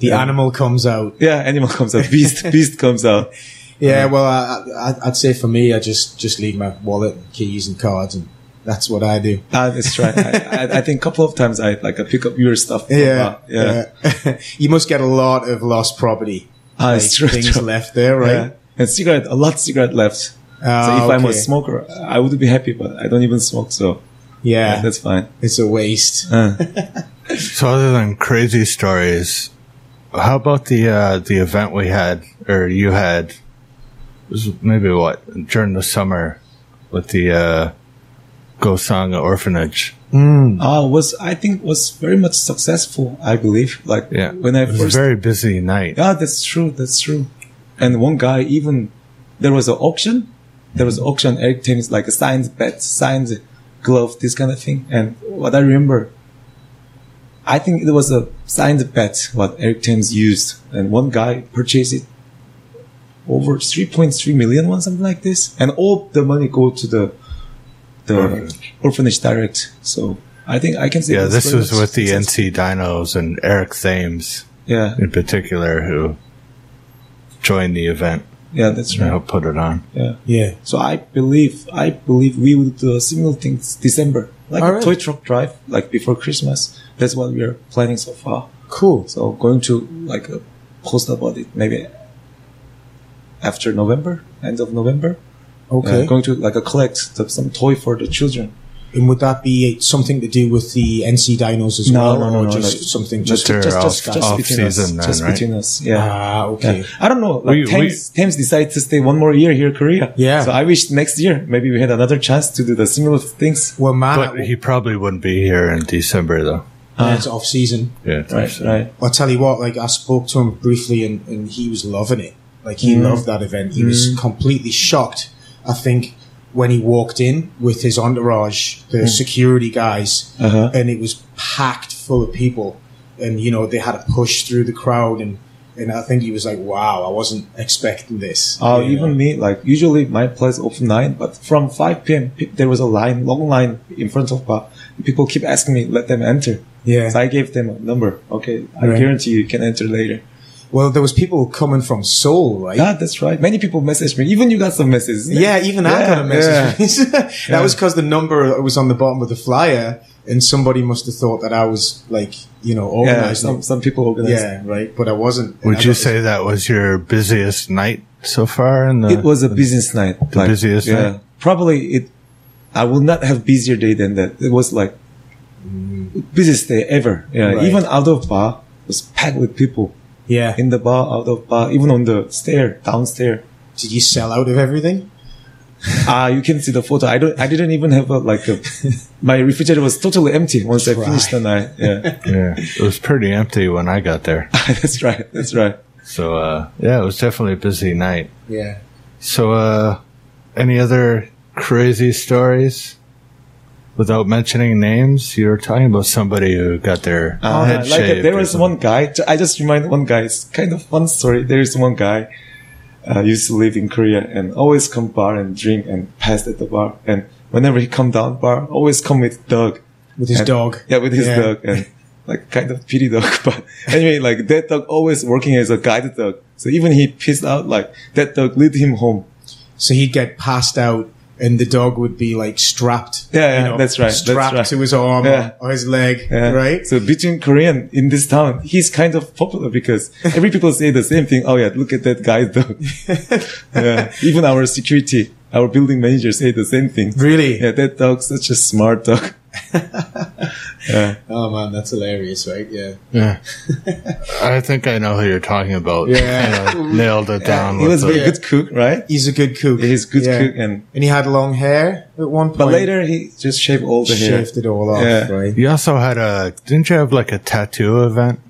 S3: The animal comes out.
S2: yeah, animal comes out, beast beast comes out.
S3: Yeah, well, I, I, I'd say for me, I just just leave my wallet, and keys, and cards, and that's what I do.
S2: Ah, let's try. I, I, I think a couple of times I like I pick up your stuff. from bar. yeah.
S3: yeah. you must get a lot of lost property.
S2: Ah,
S3: Like,
S2: it's true,
S3: Things
S2: true.
S3: left there,
S2: Yeah.
S3: right?
S2: And cigarette, a lot of cigarette left. so
S3: Ah,
S2: if I'm a
S3: okay.
S2: smoker, I would be happy, but I don't even smoke, so yeah,
S3: Yeah,
S2: that's fine.
S3: it's a waste.
S4: So other than crazy stories, how about the uh, the event we had or you had? It was maybe what during the summer with the uh, Gosanga Orphanage.
S2: Ah, was I think was very much successful. I believe. Like
S4: Yeah,
S2: when I
S4: it was
S2: first.
S4: a very busy night.
S2: yeah, that's true. That's true. And one guy even there was an auction. There was an auction. Eric Thames like a signed bat, signed glove, this kind of thing. And what I remember, I think it was a signed bat what Eric Thames used, and one guy purchased it over 3.3 million one something like this and all the money go to the the orphanage, direct so i think i can say
S4: Yeah,
S2: that's
S4: this
S2: very
S4: was
S2: much
S4: with the
S2: successful.
S4: NC Dinos and Eric Thames
S2: yeah
S4: in particular who joined the event
S2: yeah that's
S4: and
S2: right
S4: helped put it on.
S3: Yeah,
S2: So I believe, I believe we will do a similar thing this December, like
S3: All
S2: a
S3: right.
S2: toy truck drive, like before Christmas. That's what we are planning so far.
S3: cool.
S2: So going to like uh, post about it maybe after November, end of November.
S3: Okay,
S2: Uh, going to like uh, collect the- some toy for the children.
S3: and would that be something to do with the NC Dinos as well, or just something just
S4: They're
S2: just,
S4: off-
S2: just, just
S4: off
S2: between us,
S4: season then,
S2: just
S4: right?
S2: between us. Yeah.
S3: ah okay.
S2: Yeah. I don't know. Like
S4: We- we-
S2: Thames, Thames decided to stay one more year here in Korea.
S3: Yeah.
S2: So I wish next year maybe we had another chance to do the similar things.
S3: Well, man,
S4: But he probably wouldn't be here in December though.
S3: it's
S2: Ah.
S3: off season.
S4: Yeah,
S2: Right, right.
S3: I'll tell you what, like I spoke to him briefly and, and he was loving it. Like
S2: Mm.
S3: he loved that event. He was completely shocked, I think, when he walked in with his entourage, the security guys,
S2: Mm. Uh-huh.
S3: and it was packed full of people. And, you know, they had to push through the crowd and, and I think he was like, wow, I wasn't expecting this.
S2: Oh,
S3: You
S2: even
S3: know?
S2: me, like usually my place open nine, but from five p.m. pe- there was a line, long line in front of bar. People keep asking me, let them enter.
S3: Yeah.
S2: So I gave them a number. Okay, I
S3: Right.
S2: guarantee you can enter later.
S3: Well, there was people coming from Seoul, right?
S2: Yeah, that's right. Many people message me. Even you got some messages.
S3: Yeah, even I got a
S2: yeah.
S3: message. that was because the number was on the bottom of the flyer, and somebody must have thought that I was like, you know,
S2: Yeah,
S3: organizing.
S2: some
S3: it.
S2: some people organize.
S3: yeah, right. But I wasn't. and I
S4: Would you
S3: got-
S4: say that was your busiest night so far in the
S3: Uh,
S2: It was a business night.
S4: The busiest night?
S2: Probably it. I will not have busier day than that. It was like busiest day ever. Yeah.
S3: Mm. Right.
S2: Even out of bar was packed with people.
S3: Yeah.
S2: in the bar, out of bar, even on the stair, downstairs.
S3: Did you sell out of everything?
S2: Ah, you can see the photo. I don't. I didn't even have a, like a. My refrigerator was totally empty once I
S3: Right.
S2: finished the night. Yeah,
S4: Yeah, it was pretty empty when I got there.
S2: that's right. That's right.
S4: So uh, yeah, it was definitely a busy night.
S3: Yeah.
S4: So uh, any other crazy stories? Without mentioning names, you were talking about somebody who got their
S2: Ah,
S4: head
S2: like uh,
S4: shaved.
S2: there
S4: or
S2: was
S4: something.
S2: one guy. ju- I just remind one guy. It's kind of fun story. There is one guy. Uh, used to live in Korea and always come bar and drink and pass at the bar. And whenever he come down bar, always come with dog.
S3: With his
S2: And-
S3: dog.
S2: Yeah, with his
S3: Yeah.
S2: dog. And like kind of pity dog. But anyway, like that dog always working as a guide dog. So even he pissed out, like that dog lead him home.
S3: So he'd get passed out, and the dog would be like strapped.
S2: Yeah, yeah, that's right, that's
S3: Strapped
S2: right.
S3: to his arm
S2: Yeah.
S3: or his leg,
S2: Yeah.
S3: right?
S2: So between Korean in this town, he's kind of popular because every people say the same thing. Oh yeah, look at that guy dog. yeah. Even our security, our building manager say the same thing.
S3: Really?
S2: Yeah, that dog such a smart dog.
S3: Oh man, that's hilarious, right? Yeah.
S4: Yeah. I think I know who you're talking about.
S3: Yeah.
S4: You know, nailed it down.
S2: He
S4: with
S2: was
S4: the-
S2: very good cook, right?
S3: He's a good cook.
S2: He's good
S3: Yeah.
S2: cook and
S3: And he had long hair at one point.
S2: but later he just shaved all the hair.
S3: shaved it all off,
S2: Yeah.
S3: right?
S4: You also had a. Didn't you have like a tattoo event?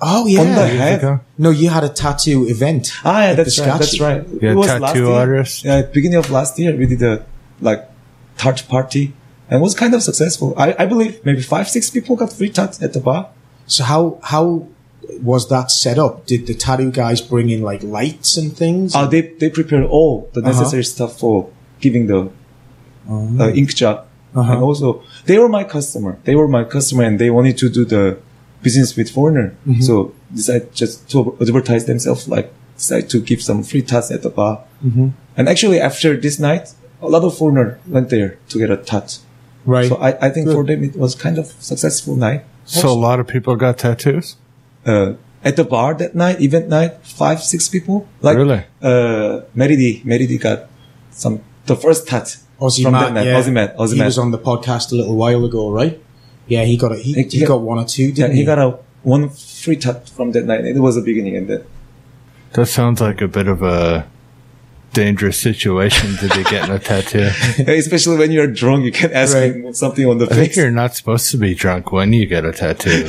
S3: Oh yeah.
S2: On the
S4: years ago?
S2: head.
S3: No, you had a tattoo event.
S2: Ah, yeah,
S3: at the
S2: that's right. That's
S3: statue.
S2: right.
S4: Yeah,
S2: It was
S4: tattoo
S2: last year.
S4: artist.
S2: Yeah, at beginning of last year, we did a like tart party and was kind of successful. I, I believe maybe five, six people got free tarts at the bar.
S3: So how how was that set up? Did the tattoo guys bring in like lights and things?
S2: Uh, they, they prepare all the necessary stuff for giving the uh, ink job. And also, they were my customer. They were my customer and they wanted to do the business with foreigner. So decide just to advertise themselves, like decide to give some free tats at the bar. And actually, after this night, a lot of foreigner went there to get a tat.
S3: right.
S2: So I, I think for them, it was kind of successful night.
S4: So a lot of people got tattoos?
S2: Uh, at the bar that night, event night, five, six people. Like,
S4: Really?
S2: Uh, Meridi, Meridi got some, the first tat from that night.
S3: yeah.
S2: Ozymat,
S3: He was
S2: Ozymat.
S3: on the podcast a little while ago, right? Yeah, he got a, he,
S2: He-
S3: he
S2: he-
S3: got one or two, didn't
S2: Yeah,
S3: he?
S2: he got a one free tat from that night. It was the beginning and then.
S4: That sounds like a bit of a dangerous situation to be getting a tattoo.
S2: Especially when you're drunk, you can ask
S3: Right.
S2: him something on the
S4: I think
S2: face.
S4: you're not supposed to be drunk when you get a tattoo.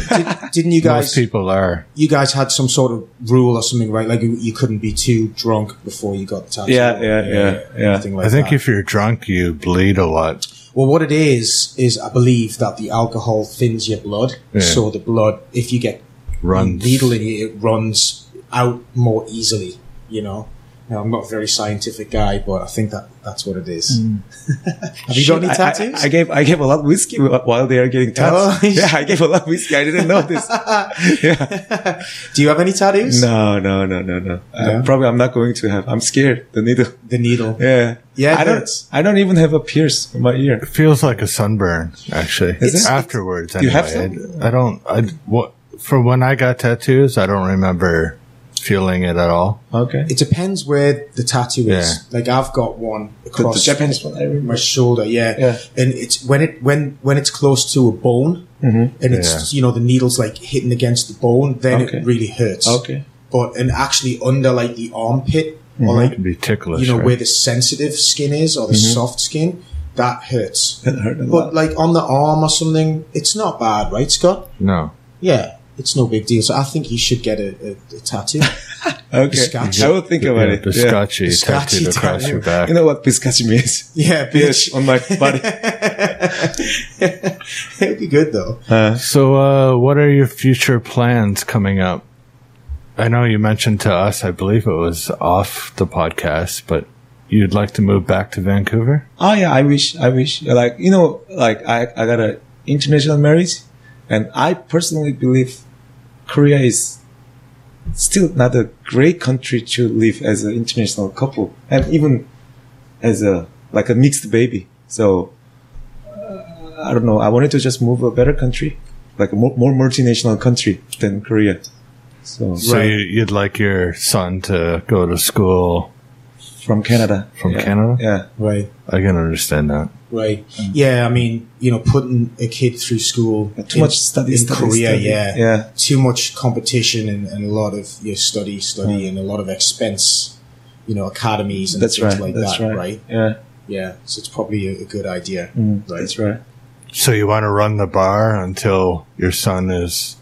S3: Didn't you
S4: Most
S3: guys?
S4: people are.
S3: You guys had some sort of rule or something, right? Like you, you couldn't be too drunk before you got the tattoo.
S2: Yeah, yeah, yeah, yeah.
S3: Anything like
S4: I think
S3: that.
S4: if you're drunk, you bleed a lot.
S3: Well, what it is is I believe that the alcohol thins your blood,
S4: Yeah.
S3: so the blood, if you get
S4: Runs.
S3: needle in it, it runs out more easily. You know. Now, I'm not a very scientific guy, but I think that that's what it is.
S2: Hmm.
S3: Have you got any
S2: I- I-
S3: tattoos?
S2: I, gave I gave a lot of whiskey wh- while they are getting tats.
S3: Oh,
S2: yeah, I gave a lot of whiskey. I didn't know this.
S3: Do you have any tattoos?
S2: No, no, no, no, no.
S3: No?
S2: Uh, probably I'm not going to have. I'm scared. The needle.
S3: The needle.
S2: Yeah.
S3: Yeah, it
S2: I don't.
S3: hurts.
S2: I don't even have a pierce in my ear.
S4: feels like a sunburn actually
S2: Is it?
S4: afterwards
S2: You
S4: anyway.
S2: have
S4: I, I don't i what for when i got tattoos i don't remember feeling it at all
S2: Okay.
S3: It depends where the tattoo is. Like I've got one
S2: the,
S3: across
S2: the Japanese one. I
S3: my
S2: remember.
S3: shoulder, yeah.
S2: Yeah.
S3: And it's when it when when it's close to a bone, and it's you know the needle's like hitting against the bone, then
S2: Mm-hmm. Okay.
S3: it really hurts.
S2: Okay. Mm-hmm.
S3: But and actually under like the armpit or like
S4: it'd be ticklish
S3: you know
S4: right?
S3: where the sensitive skin is or the
S2: Mm-hmm.
S3: soft skin, that hurts.
S2: That hurt a lot.
S3: But like on the arm or something, it's not bad, right, Scott?
S4: no
S3: Yeah, it's no big deal. So I think he should get a, a, a tattoo.
S2: Okay.
S3: Biscacci.
S2: I will think about
S4: yeah,
S2: it. Yeah.
S4: biscotchi
S3: Biscotchi
S4: tattooed across
S3: tattoo.
S4: your back
S2: You know what biscotch means?
S3: yeah,
S2: Yes,
S3: bitch.
S2: on my body.
S3: It'd be good though.
S4: so uh what are your future plans coming up i know you mentioned to us i believe it was off the podcast but you'd like to move back to vancouver
S2: oh yeah, I wish. I wish. Like you know, like I I got a international marriage, and I personally believe Korea is still not a great country to live as an international couple, and even as a like a mixed baby. So uh, I don't know. I wanted to just move a better country, like a more, more multinational country than Korea. So
S4: so you, you'd like your son to go to school
S2: from Canada,
S4: from
S2: Yeah.
S4: canada
S2: yeah.
S3: Right.
S4: i can understand that
S3: Right.
S2: Mm.
S3: Yeah, I mean, you know, putting a kid through school
S2: Too much study,
S3: in
S2: study,
S3: Korea,
S2: study.
S3: yeah,
S2: Yeah.
S3: too much competition and, and a lot of you know, study, study, and a lot of expense. You know, academies and
S2: Mm. That's
S3: things
S2: right.
S3: like
S2: that's
S3: that, right.
S2: right. Yeah,
S3: Yeah, so it's probably a, a good idea, right?
S2: Mm. that's right.
S4: So you want to run the bar until your son is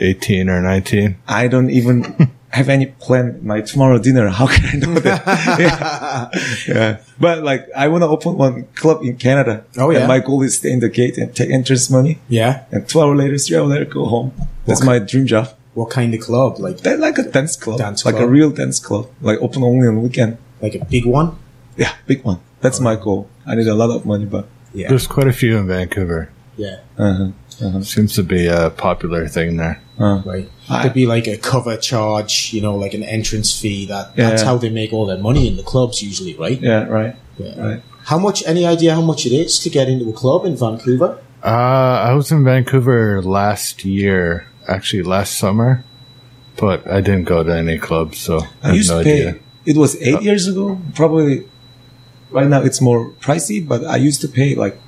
S4: 18 or 19?
S2: I don't even have any plan my tomorrow dinner. How can I know that? yeah. Yeah. But like, I want to open one club in Canada.
S3: Oh, yeah?
S2: And my goal is stay in the gate and take entrance money.
S3: Yeah.
S2: And two hours later, three hours later, go home. That's my dream job.
S3: What kind of club? Like,
S2: That like a dance club,
S3: Dance
S2: like
S3: club.
S2: a real dance club, like open only on weekend.
S3: like a big one?
S2: Yeah, big
S3: Oh,
S2: one. That's my goal. I need a lot of money, but
S3: Yeah.
S4: There's quite a few in Vancouver.
S3: Yeah.
S2: uh
S4: Seems to be a popular thing there.
S2: Uh-huh.
S3: Right. There'd be like a cover charge, you know, like an entrance fee. That
S2: Yeah,
S3: that's
S2: yeah.
S3: how they make all their money in the clubs usually, right?
S2: Yeah, right. right.
S3: How much? Any idea how much it is to get into a club in Vancouver?
S4: Uh, I was in Vancouver last year, actually last summer, but I didn't go to any clubs, so I
S2: I
S4: have
S2: used
S4: no
S2: to pay.
S4: idea. Uh,
S2: It was eight years ago. Probably right now it's more pricey, but I used to pay like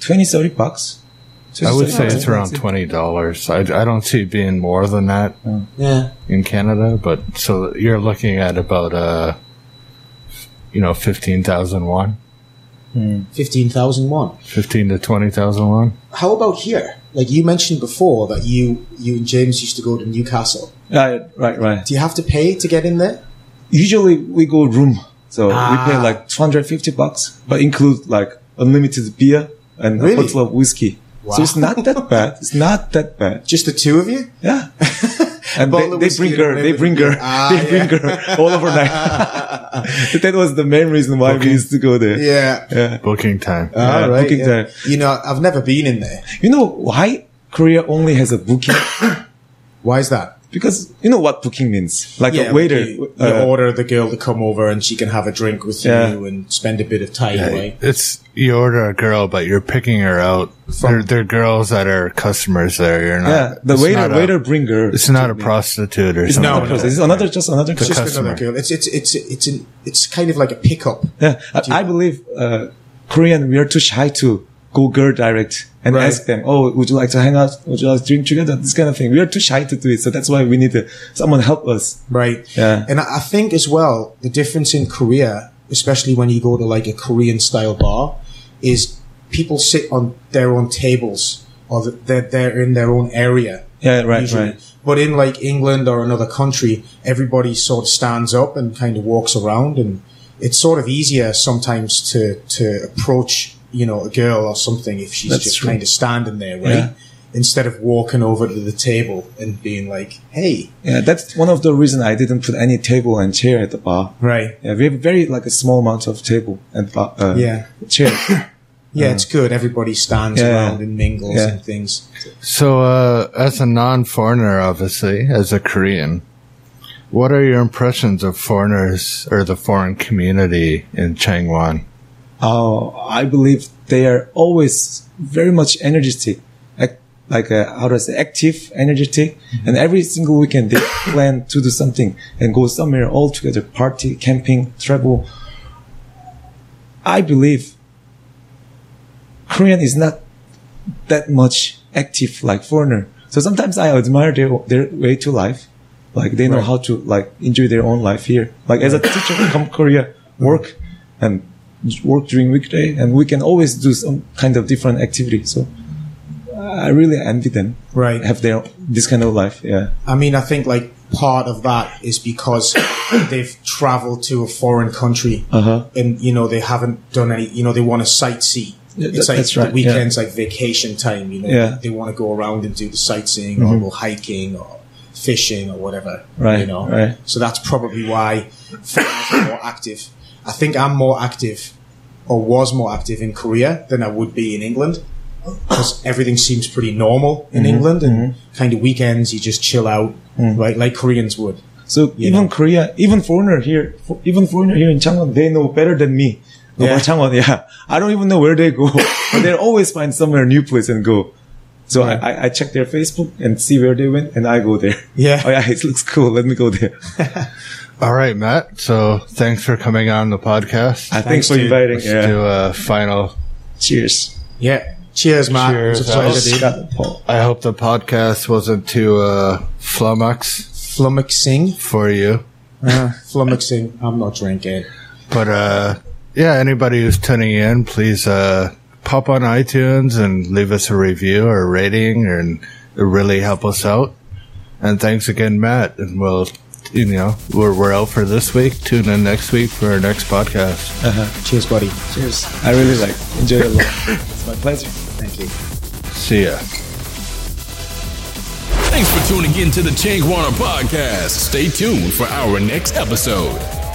S2: 20, 30 bucks.
S4: I would say
S2: 20,
S4: it's around twenty dollars. I, I don't see it being more than that
S3: Yeah.
S4: in Canada, but so you're looking at about uh, you know, fifteen thousand won,
S3: Fifteen thousand one.
S4: fifteen to twenty thousand won.
S3: How about here? Like you mentioned before that you you and James used to go to Newcastle.
S2: Right, right, right.
S3: Do you have to pay to get in there?
S2: Usually we go room, so
S3: Ah.
S2: we pay like 250 bucks, but include like unlimited beer and
S3: Really?
S2: a bottle of whiskey. So it's not that bad. It's not that bad.
S3: Just the two of you?
S2: Yeah. And
S3: Bottle of
S2: they, they
S3: whiskey
S2: bring her,
S3: and
S2: they bring her,
S3: Ah,
S2: they bring her all overnight. that was the main reason why we used to go there.
S3: Yeah.
S4: Booking time.
S2: Yeah,
S3: All right.
S2: booking
S3: yeah.
S2: time.
S3: You know, I've never been in there.
S2: You know why Korea only has a booking?
S3: Why is that?
S2: because you know what booking means. Like a waiter.
S3: You, you
S2: uh,
S3: order the girl to come over and she can have a drink with
S2: Yeah.
S3: you and spend a bit of time, right?
S4: It's you order a girl, but you're picking her out. They're, they're girls that are customers there. You're not.
S2: yeah, the
S4: it's
S2: waiter
S4: not a-
S2: waiter bring her.
S4: It's not a prostitute or something.
S2: another
S4: like
S2: process.
S4: that.
S2: It's another just another
S4: It's a
S2: process.
S3: Just another
S4: customer.
S3: girl. It's it's it's it's an, it's kind of like a pickup.
S2: Yeah, I, I believe uh, Korean we are too shy to go girl direct and
S3: Right.
S2: ask them, "Oh, would you like to hang out? Would you like to drink together?" This kind of thing. We are too shy to do it, so that's why we need uh, someone help us.
S3: Right.
S2: Yeah.
S3: And I I think as well, the difference in Korea, especially when you go to like a Korean style bar, is people sit on their own tables or th- they're, they're in their own area.
S2: Yeah, right,
S3: usually.
S2: right.
S3: But in like England or another country, everybody sort of stands up and kind of walks around and it's sort of easier sometimes to, to approach, you know, a girl or something if she's
S2: That's
S3: just
S2: true.
S3: kind of standing there, right?
S2: Yeah.
S3: Instead of walking over to the table and being like, hey,
S2: Yeah, that's one of the reason I didn't put any table and chair at the bar.
S3: right.
S2: Yeah, we have very like a small amount of table and bar, uh,
S3: Yeah.
S2: chair.
S3: Yeah, it's good. Everybody stands
S2: Uh, Yeah.
S3: around and mingles
S2: Yeah.
S3: and things.
S4: So, uh, as a non-foreigner, obviously, as a Korean, what are your impressions of foreigners or the foreign community in Changwon?
S2: Oh, I believe they are always very much energetic, act, like uh how do I say, active, energetic. And every single weekend they plan to do something and go somewhere all together, party, camping, travel. I believe Korean is not that much active like foreigner. So sometimes I admire their, their way to life. Like they know how to like enjoy their own life here. Like as a teacher, come Korea, work and work during weekday and we can always do some kind of different activity. So I really envy them.
S3: Right.
S2: Have their, this kind of life. Yeah.
S3: I mean, I think like part of that is because they've traveled to a foreign country
S2: Uh-huh.
S3: and, you know, they haven't done any, you know, they want to sightsee.
S2: that-
S3: it's like
S2: that's right,
S3: the
S2: yeah.
S3: weekend's like vacation time, you know,
S2: Yeah. Mm-hmm.
S3: they want to go around and do the sightseeing or go hiking or fishing or whatever,
S2: Right,
S3: you know?
S2: right.
S3: So that's probably why foreigners are more active. I think I'm more active or was more active in Korea than I would be in England because everything seems pretty normal in
S2: Mm-hmm,
S3: England and kind of weekends you just chill out,
S2: Mm.
S3: right? Like Koreans would.
S2: So even Korea, even foreigner here, fo- even foreigner here in Changwon, they know better than me.
S3: Yeah.
S2: About Changwon, yeah. I don't even know where they go, but they always find somewhere new place and go. So I I, I check their Facebook and see where they went, and I go there.
S3: Yeah.
S2: Oh yeah, it looks cool. Let me go there. Uh,
S4: All right, Matt. So, thanks for coming on the podcast.
S2: I thanks, for
S3: dude.
S2: inviting.
S4: Let's
S2: Yeah.
S4: do a final.
S2: Cheers.
S3: Yeah. Cheers, Matt. It was a
S4: Cheers.
S3: pleasure, dude.
S2: Scott Paul.
S4: I hope the podcast wasn't too uh, flummox
S3: Flummoxing.
S4: for you.
S3: Flummoxing. I'm not drinking.
S4: But uh, yeah, anybody who's tuning in, please uh, pop on iTunes and leave us a review or a rating, and it really help us out. And thanks again, Matt. And we'll, you know, we're, we're out for this week. Tune in next week for our next podcast.
S3: Cheers, buddy.
S2: Cheers. I really like enjoy it a lot. it's my pleasure. Thank you.
S4: See ya.
S1: Thanks for tuning in to the Changwana Podcast. Stay tuned for our next episode.